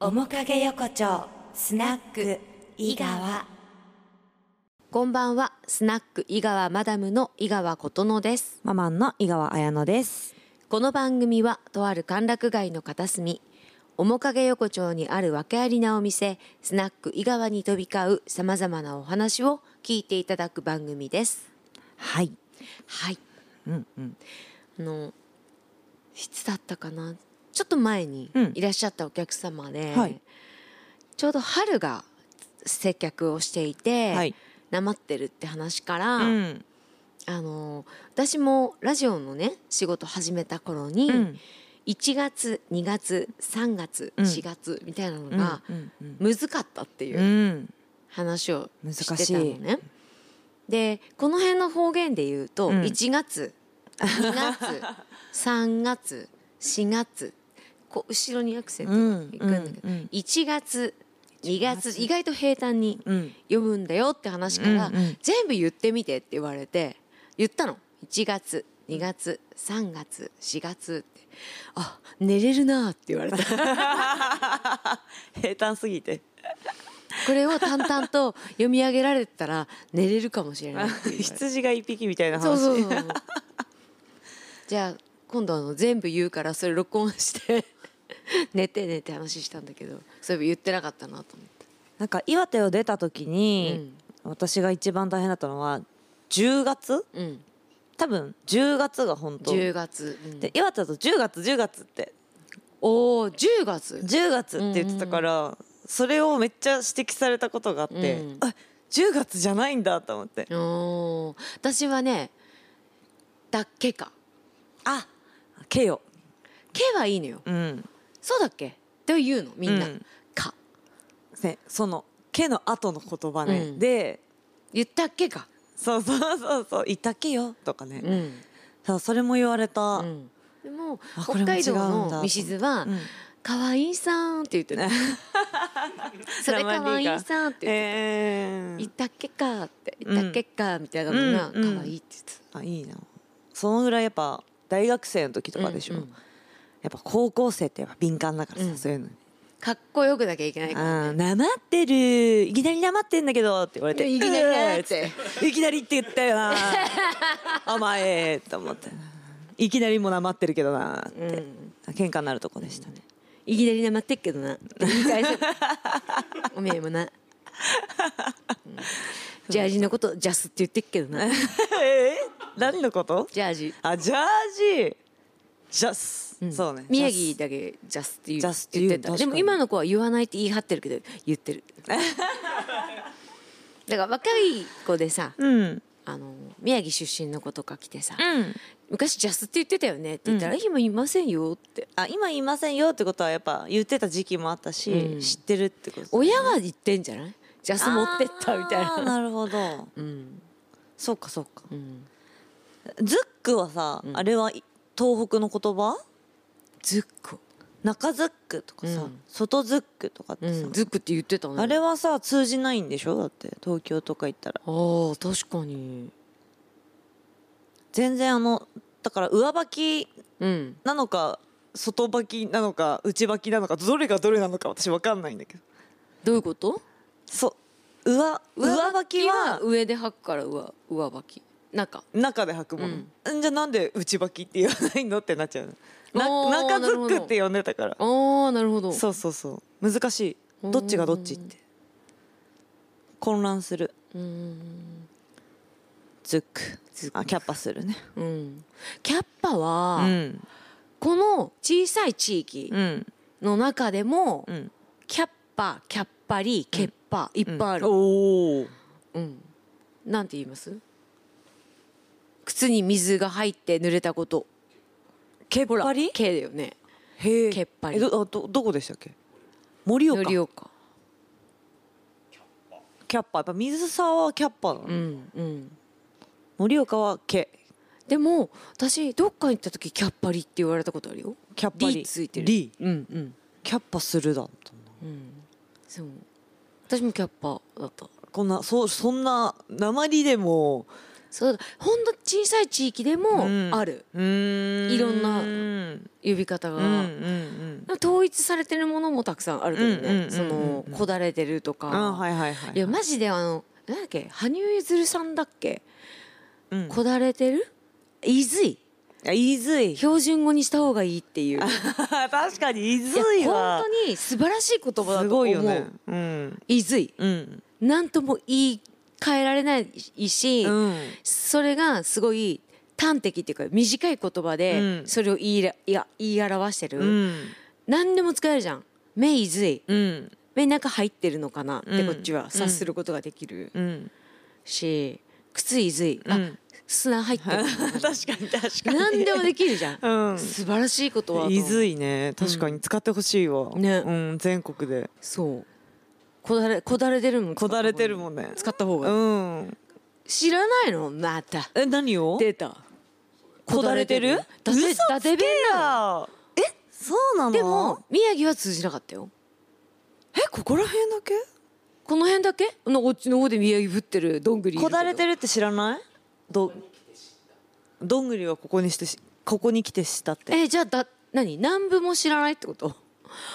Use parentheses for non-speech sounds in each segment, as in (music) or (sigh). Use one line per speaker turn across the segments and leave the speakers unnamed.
面影横丁スナック井川
こんばんは、スナック井川マダムの井川琴乃です。
ママンの井川彩乃です。
この番組は、とある歓楽街の片隅、面影横丁にある訳ありなお店、スナック井川に飛び交う様々なお話を聞いていただく番組です。
はい。
はい。うんうん。あの、いつだったかなちょっと前に
うん
いらっしゃったお客様で、
はい
ちょうど春が接客をしていて、
はい
なまってるって話から、
うん。
あの私もラジオのね仕事始めた頃に、
うん
1月2月3月、
うん
4月みたいな
う
の
ん
が
うん。
難かったっていううん話を
難し
し
い
てたのね。でこの辺の方言で言うと、
うん
1月2月
(laughs)
3月4月こう後ろにアクセントがいくんだけど、
うんうんうん
1月2月
1月
意外と平坦に
うん。
読むんだよって話から、
うんうん
全部言ってみてって言われて言ったの1月2月3月4月ってあ寝れるなって言 (laughs) われた
平坦すぎて。
これを淡々と読み上げられてたら寝れるかもしれないって言われて
羊が一匹みたいな話。
そうそうそうそう (laughs) じゃあ今度あの全部言うからそれ録音して (laughs) 寝てねって話したんだけどそういえば言ってなかったなと思って
なんか岩手を出た時に、私が一番大変だったのは10月。
うん
多分10月が本当。
10月、うん
で岩手だと10月10月って
おお10月
10月って言ってたから、それをめっちゃ指摘されたことがあって、
うん
あ10月じゃないんだと思って。
おー私はねだっけか
あ、けよ。
けはいいのよ
うん。
そうだっけって言うのみんな、
うん
か
ね、その「け」の後の言葉ね、
うん
で
言ったっけか
「そうそうそうそういたっけよ」とかね、
うん、
そうそれも言われた、
うんでも
あこれも違う
北
んだ
海道のみしずは
うん
「かわいいさん」って言って
(laughs)
るそれかわいいさんって言って
え
「
ー
言ったっけか」って「言ったっけか」みたいなのが
う
「か
んうん
わいい」って言って
あいいなそのぐらいやっぱ大学生の時とかでしょ、
うんうん
やっぱ高校生ってやっぱ敏感だからさ、
うん
そういうのに
たかっこよくなきゃいけ
「
ないから
あーなまってるいきなりなまってんだけど」って言われて「
いきなりなまって
うー (laughs) っていきなりって言ったよ
(laughs)
なお前」と思って「いきなりもなまってるけどな」って、喧嘩になるとこでしたね、
いきなりなまってっけどなって言い返すおめえもな、うんジャージのことジャスって言ってっけど
(laughs)
な
えー何のこと
ジャージ
あジャージジャス、そうね
宮城だけジャスって言う
ジャスって言
言
う
ってた
確か
で
に
も今の子は言わないって言い張ってるけど言ってるだから若い子でさ
うん
あの宮城出身の子とか来てさ、
うん
昔ジャスって言ってたよねって言ったら、今いませんよって
あ今言いませんよってことはやっぱ言ってた時期もあったし、
うん
知ってるってこと
親が言ってんじゃないジャス持ってったみたい
あー
な
なるほど
うん
そうかそうか
うん
ズックはさ、あれはい東北の言葉
ずっこ
中ズックとかさ、
うん
外ズックとかってさ、
うん、ズックって言ってたね
あれはさ通じないんでしょだって東京とか行ったら
あー確かに
全然あのだから上履き
うん
なのか外履きなのか内履きなのかどれがどれなのか私分かんないんだけど
どういうこと
そう上上履きは
上で履くから上上履き中
中で履くもの、ん、じゃあなんで内履きって言わないのってなっちゃう
お
の
ー
な中
な
ズ
るほ
ッ
ど
クって呼んでたから
ああなるほど
そうそうそう難しいどっちがどっちって混乱する
うーん
ズックあキャッパするね
うんキャッパ
う
は、
ん
この小さい地域
うん
の中でも、
うん
キャッパキャッパリケッパ、いっぱいある、
おお
うん、なんて言います靴に水が入って濡れたこと
ケ
ほ
ッ
ら
パリ
ケだよね
へえ
ケッパリ
えどあどどこでしたっけ盛岡
盛岡
キャッパやっぱ水沢はキャッパなの
うんうん
盛岡はケ
でも私どっか行った時キャッパリって言われたことあるよ
キャッパリ
リついてる
リ
うんうん
キャッパするだと
そう私もキャッパだった
こんなそそんな鉛でも
そうほんと小さい地域でもある、
うーん
いろんな
うん
呼び方が、
うんうん
統一されてるものもたくさんあるけどね、
うんうんうんうん
そのこだれてるとか、
あはいはいはい
いやマジであのなんだっけ羽生結弦さんだっけ、
うん
こだれてるいずい
いやいずい
標準語にした方がいいっていう
(laughs) 確かにいず
い
い
や本
は
当に素晴らしい言葉だ
す
と思
ご
う
いよねうん
いずい
うん
なんとも言い換えられないし、
うん
それがすごい端的っていうか短い言葉で
うん
それを言いらいや言い表してる、
うん
何でも使えるじゃん「目いずい」
うん
目の中入ってるのかなって
うん
こっちは察することができる
うん
し靴いずいあ
うん
砂入って
(laughs)
る
確かに確かに
何でもできるじゃん
(laughs) うん
素晴らしいことはい
ずいね確かに使ってほしいわ
ね
うん全国で
そうこだれこだれてるもん
こだれてるもんね
使った方が
う
いい
ん
知らないのまた
え何を
出た
こだれてる
だて
嘘つけ
だて弁だ
あえそうなの
でも宮城は通じなかったよ
えここら辺だけ
この辺だけのこっちの方で宮城降ってるどんぐりいる
こ
けど
だれてるって知らないどどんぐりはここにしてしここに来てしたって
えじゃあだ何南部も知らないってこと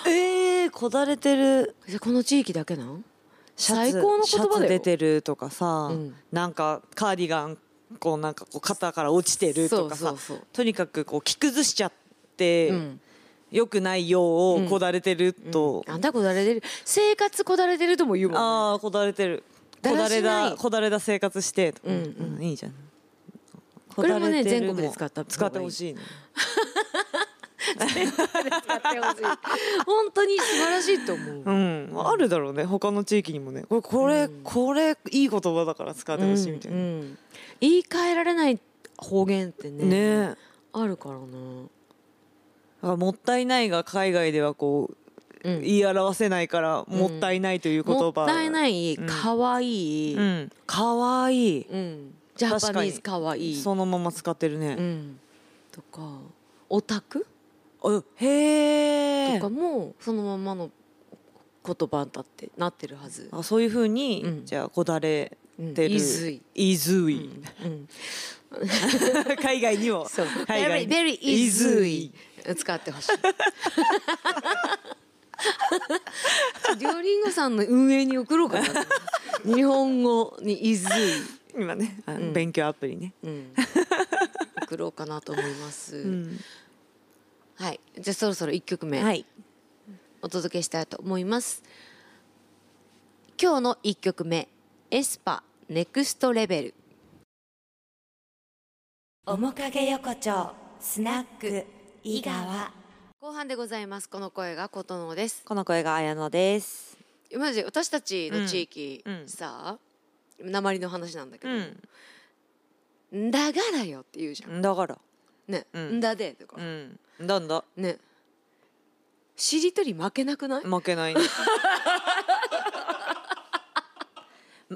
えー、こだれてる
じゃあこの地域だけなん
シャツ
最高の言葉だよ
シャツ出てるとかさ、
うん
なんかカーディガンこうなんかこう肩から落ちてるとかさ
そうそうそう
とにかくこう着崩しちゃって、
うん
よくないようをこだれてると、
あんたこだれてる生活こだれてるとも言うもんね
ああこだれてるこ
だ
だ
ら
れ
しない
だこだれだ生活してとか、
うんうん
いいじゃん
これもね
だてる
全国で使った方がいい
使ってほしいね
やってほしい本当に素晴らしいと思う
うん、あるだろうね他の地域にもねこれこれ,、これいい言葉だから使ってほしいみたいな、
うん言い換えられない方言ってね
ねえだ
あるからな
からもったいないが海外ではこう、
うん
言い表せないからもったいないという言葉、
もったいないかわいい、
う
うん
ん、かわいい、
ジャ
確
パ
か
ニ
に
ーズかわいい、
そのまま使ってる
う
ね、
ん、とかオタク
あへえ
とかもそのままの言葉だってなってるはず、
あそういうふうに、
うん
じゃあこだれ
うん
てる、
いずい
いずい
うん、
(laughs) 海外にも
そう
海
very
外に
very easy 使っ
(laughs)
てほしいちょ両リンゴさんの運営に送ろうかな日本語に easy、
今ね、あの勉強アプリね、 (laughs)
うん、送ろうかなと思います、
うん
はいじゃあそろそろ1曲目、
はい
お届けしたいと思います今日の1曲目エスパネクストレベル
面影横丁スナック井川
後半でございますこの声が琴乃です
この声が綾乃です
いやマジ私たちの地域
うんうん
さ、鉛の話なんだけど
うん
「んだがだよ」って言うじゃん
だから
ね、
うん
んだでとか、
うんなんだ
ねしりとり負けなくない、
負けないね (laughs)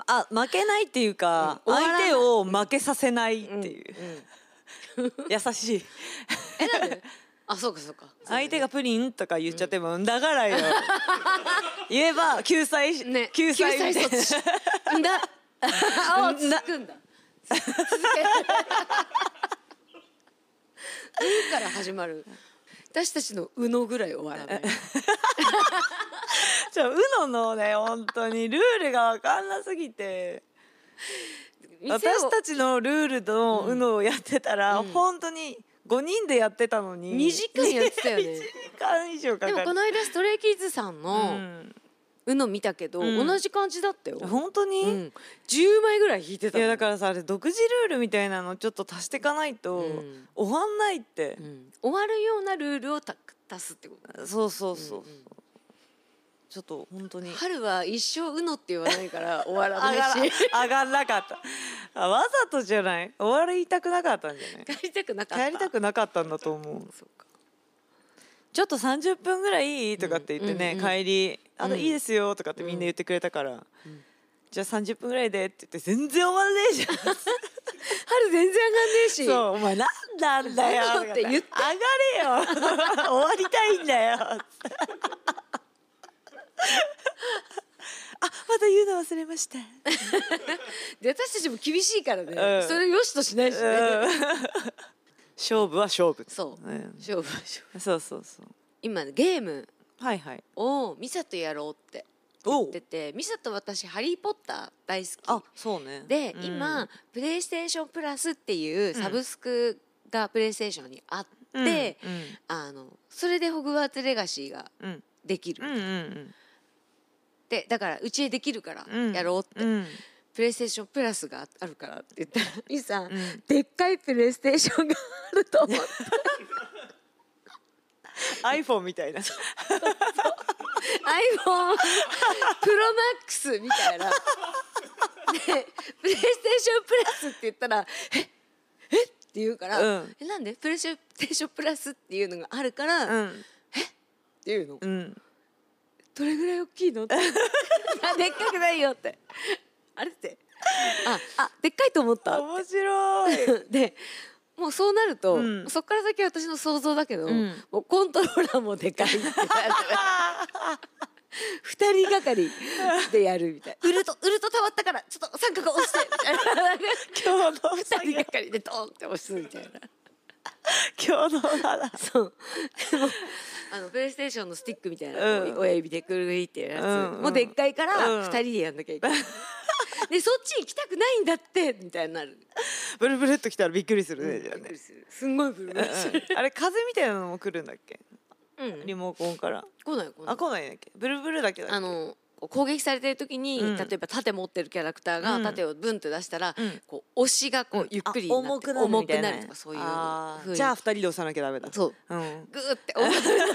あ負けないっていうか、
うん終わら
相
ない
手を負けさせないっていう、 (laughs) 優しい
えなんであそうかそうか
相手がプリンとか言っちゃっても、だから
(laughs)
よ言えば救済し、
ね
救済みたいな
救済
(laughs)
んだああつくんだ
(laughs)
続けうから始まる私たちのうのぐらい終わらない
ちょうののね本当にルールが分かんなすぎて
店を
(laughs) 私たちのルールのうのをやってたら、本当に5人でやってたのに
2時間やってたよね
1時間以上かか
で
る
もこの間ストレイキッズさん
う
の
ん
うの見たけど、
うん
同じ感じだったよ、
本当に、
う
い
ん、10枚ぐらい引いてたもん
やだからさあれ独自ルールみたいなのちょっと足していかないと、
うん
終わんないって
う、ん終わるようなルールをた足すってこと
そうそうそう、
うんうん
ちょっと本当に
春は一生うのって言わな
(laughs)
いから終わら
上
な
がら
いし
上がんなかったあわざとじゃない終わりたくなかったんじゃない
帰りたくなかった
帰りたくなかったんだと思う
そうか
ちょっと30分ぐらいいいとかって言ってね、
うんうんうん
帰り「あの
うん
いいですよ」とかってみんな言ってくれたから、じゃあ30分ぐらいでって言って全然終わんねえじ (laughs) ゃん
春全然上がんねえし
そうお前なんなんだよ
そうって言って
上がれよ (laughs) 終わりたいんだよ (laughs) あまた言うの忘忘れま (laughs) した。
で私たちも厳しいからね、
うん
それよしとしないしね、
(laughs) 勝負は勝負。
そう、
うん
勝負勝負
そうそうそう。
今ゲーム
はいはい。
をミサとやろうって
お
言っててミサと私「ハリー・ポッター」大好
あ
き
そうね。
で、
うん
今プレイステーションプラスっていうサブスクがプレイステーションにあって、
うん
あのそれでホグワーツレガシーが
うん
できる、
うんうんうん
でだからうちへできるから
うん
やろうっ
う
て、
ん
プレイステーションプラスがあるからって言ったら「ミサ、
ん
でっかいプレイステーションがあると思って
iPhone みたいな。 (laughs)
iPhone プロマックスみた
(laughs)
いな。でプレイステーションプラスって言ったら「ええっ?」て言うから「
うん
えなんでプレイステーションプラスっていうのがあるから、
う
っ
ん
ていうの
うん。
どれぐらい大きい
(laughs)
のって「あでっかくないよ」って「あれ?」って「ああでっかいと思った」
面白い。 (laughs)
(laughs) でもうそうなると、
うん
そっから先は私の想像だけど、
うん
もうコントローラーもでかいって (laughs) なる二人がかりでやるみた (laughs) いなウルトウルトたまったからちょっと三角押してみたいな
共同
(laughs) 二
作
人
業
がかりでドーンって押すみたいな
共同だな。
そうでも (laughs) あのプレイステーションのスティックみたいな、こう
うん
親指でくるぐりってやるやつ、
うんうん
もうでっかいから
うん
二人でやんなきゃいけない、 (laughs) でそっち行きたくないんだってみたいになる
ブルブルっときたらびっくりするねじゃあ
びっ
ね
くりするすんごいブルブルする、
うんあれ風みたいなのも来るんだっけ？
うん
リモコンから。
来ない来ない
あ来ないんだっけ？ブルブルだけだっけ。
あのこう攻撃されてる時に、
うん
例えば盾持ってるキャラクターが
うん
盾をブンって出したら、
うん
こう押しがこうゆっくりになって
重くなるみたいな
重くなるとかそういう
あー
風に
じゃあ二人で押さなきゃダメだ
そう
うん
グーって重く
(laughs)
なる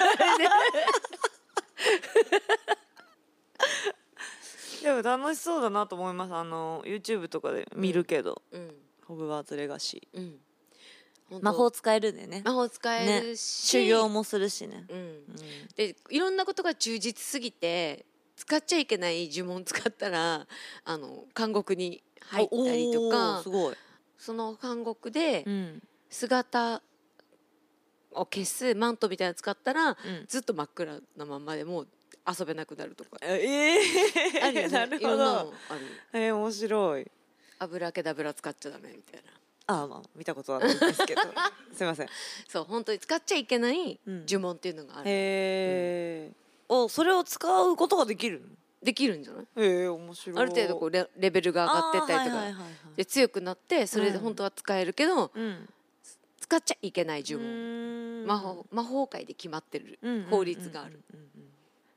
でも楽しそうだなと思いますあの YouTube とかで見るけど、
うん
ホグワーツレガシ
うん本
ー
当
魔法使えるんだよね
魔法使えるし、
修行もするしね、
うん
う、ん
でいろんなことが充実すぎて使っちゃいけない呪文使ったらあの監獄に入ったり
お
と
ー
か
すごい、
その監獄で
うん
姿を消すマントみたいなの使ったら、
うん
ずっと真っ暗なまんまでもう遊べなくなると
(laughs)
か
ええ
あるよね
なる
いろ
ほ
んなの
ど
ある
えー、面白い
油けだ油使っちゃダメみたいな
あーまあ見たことはないです (laughs) けどすいませんへ
そう本当に使っちゃいけない
うん
呪文っていうのがある、
え、おそれを使うことができる
できるんじゃない
のへえ面白い
ある程度こうレレベルが上がってったりとか、
あーはいはいはいはい
で強くなってそれで本当は使えるけど、
うん
使っちゃいけない呪文、魔
魔
法魔法界で決まってる
うん
法律がある、
うんうんうんうん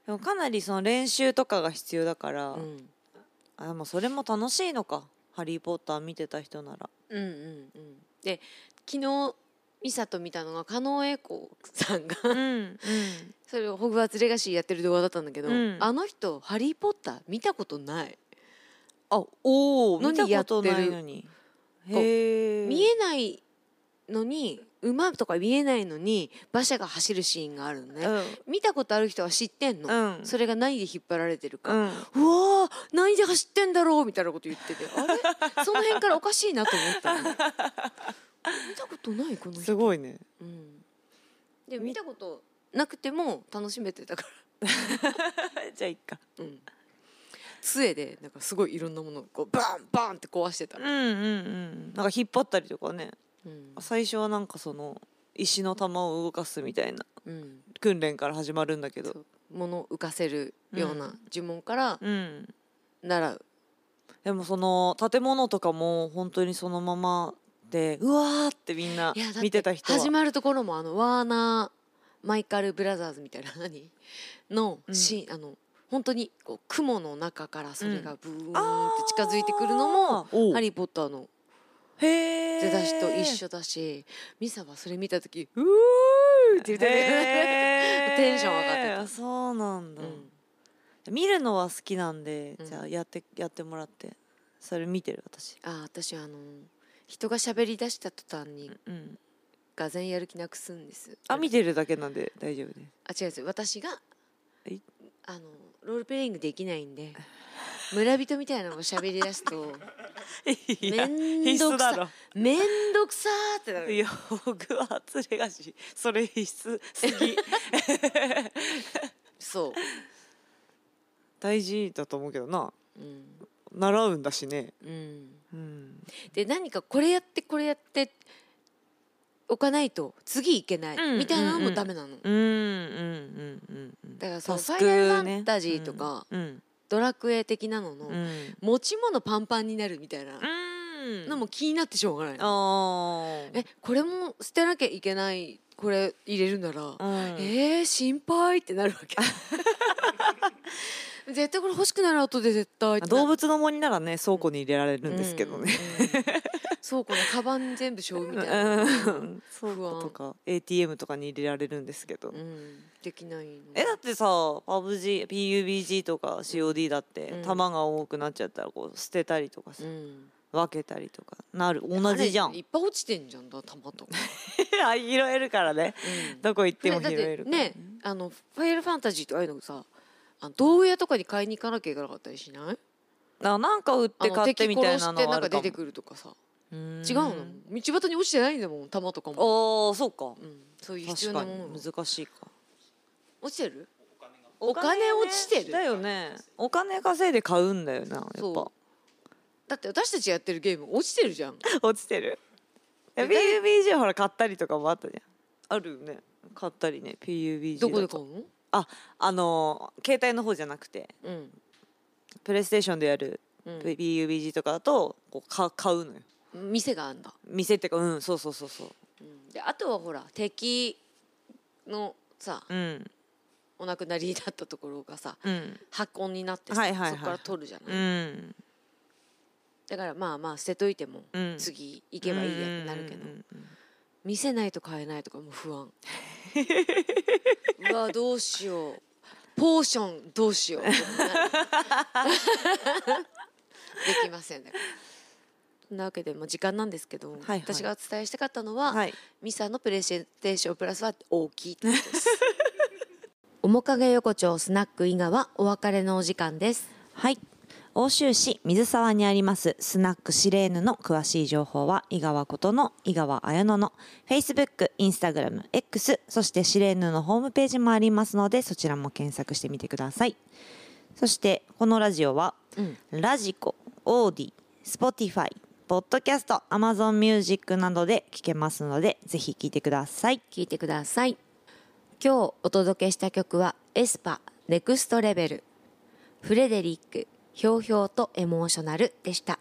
でもかなりその練習とかが必要だから、
うん
あでもそれも楽しいのか「ハリー・ポッター」見てた人なら
うんうんうんで昨日ミサと見たのが加納栄子さんが
うんうん
それをホグワーツレガシーやってる動画だったんだけど、
うん
あの人「ハリー・ポッター」見たことない、
あおお見
何
たことないのに
やってる
へえ
見えないのに馬とか見えないのに馬車が走るシーンがあるのね、見たことある人は知ってん
う
の、
んうん
それが何で引っ張られて
う
るか、
ん
うわー何で走ってんだろうみたいなこと言っててあれその辺からおかしいなと思ったの見たことないこの人
すごいね
うん、で
み
見たことなくても楽しめてたか
(laughs) じゃあいっか
ら、うん、杖でなんかすごいいろんなものをこうバンバンって壊してた
うん、うんうんなんか引っ張ったりとかね
うん
最初はなんかその石の玉を動かすみたいな
うん、
訓練から始まるんだけど
そう物を浮かせるよう
う
なん呪文から
うん
習う、
でもその建物とかも本当にそのままでうわーってみんない
やだって
見てた人は
始まるところもあのワーナー・マイカル・ブラザーズみたいな何の
うん
シーン、あの本当にこう雲の中からそれがブーンって近
あー
づいてくるのも「
おう
ハリー・ポッター」の
へー
出だしと一緒だし、ミサはそれ見た時「うー!」って言ってね、
へー
(laughs) テンション上がってた
そうなんだ、
うん
見るのは好きなんで、
うん
じゃあやってやってもらってそれ見てる私
あー私あの人が喋り出した途端に
うん
がぜんやる気なくすんです
あ見てるだけなんで大丈夫です
あ違う違う私が
え
あのロールプレイングできないんで (laughs) 村人みたいなのを喋り出すと
(laughs) い
めんどくさめんどくさーってなる
いやホグワーツレガシーそれ必須す
(laughs)
ぎ
そう
大事だと思うけどな
うん
習うんだしね、
うん
うん、
で何かこれやってこれやっておかないと次いけない
うん
みたいなの
うんう
も
ん
ダメなの、
うんうんうんうん
だからその
タスク
ファイナル
ね
ファンタジーとか
うん
ドラクエ的なのの、
うんうん
持ち物パンパンになるみたいな
うん
のも気になってしょうがないの、
あー
えこれも捨てなきゃいけないこれ入れるなら、
うん
えー、心配ってなるわ
(laughs)
け絶対これ欲しくなる後で絶対ってな
動物の森ならね倉庫に入れられるんですけどね、
うんうんそうこのカバン全部しょうみたい
う
な、
ん、倉
不
庫
安
とか ATM とかに入れられるんですけど、
うん、できないの
えだってさ PUBG PUBG とか COD だって、
うん
弾が多くなっちゃったらこう捨てたりとかさ、
うん、
分けたりとかなる同じじゃ
あ
ん (laughs)
れいっぱい落ちてんじゃんだ玉とか、
あ拾えるからね
うん
どこ行っても
だっ
拾え
て
るから
ねあのファイアルファンタジーとかああいうのさあの道具屋とかに買いに行かなきゃいけなかったりしない
あなんか売って
あの
買ってみたいな
敵殺して
のは
な
あ
んか
るか
出
も
てくるとかさ違
違
うの道端に落ちてないんだもん玉とかも、
ああそうか
うん、そういう必要
確
な
か
ものが
に難しいか
落ちてるお金落ちてる
だよねお金稼いで買うんだよなやっぱ
そだって私たちやってるゲーム落ちてる
(laughs)
じゃん
落ちてるいや
え誰
PUBG ほら買ったりとかもあったじゃんあるよね買ったりね PUBG
どこで
だと
買うの
ああのー携帯の方じゃなくて
うん
プレイステーションでやる
うん
PUBG とかだとこうか買うのよ
店があんだ、
店ってかうんそうそうそうそう
うん、であとはほら敵のさ
うん
お亡くなりになったところがさ
うん
箱になってさ、
はいはいはい
そこから取るじゃない、
うん
だからまあまあ捨てといても
うん
次行けばいいやってなるけど、
うんうんうん
見せないと買えないとかもう不安うわどうしようポーションどうしようできませんだからそんなわけでもう時間なんですけど、
はい
私がお伝えしたかったのは、
はい
ミサのプレイステーションプラスは大きいってことです
(laughs)
面影横丁スナック伊賀はお別れのお時間です
はい欧州市水沢にありますスナックシレーヌの詳しい情報は井川ことの井川綾乃の Facebook、Instagram、X そしてシレーヌのホームページもありますのでそちらも検索してみてくださいそしてこのラジオは、
うん
ラジコ、オーディ、スポティファイ、ポッドキャスト、アマゾンミュージックなどで聞けますのでぜひ聞いてください
聞いてください今日お届けした曲はエスパネクストレベルフレデリックひょうひょうとエモーショナルでした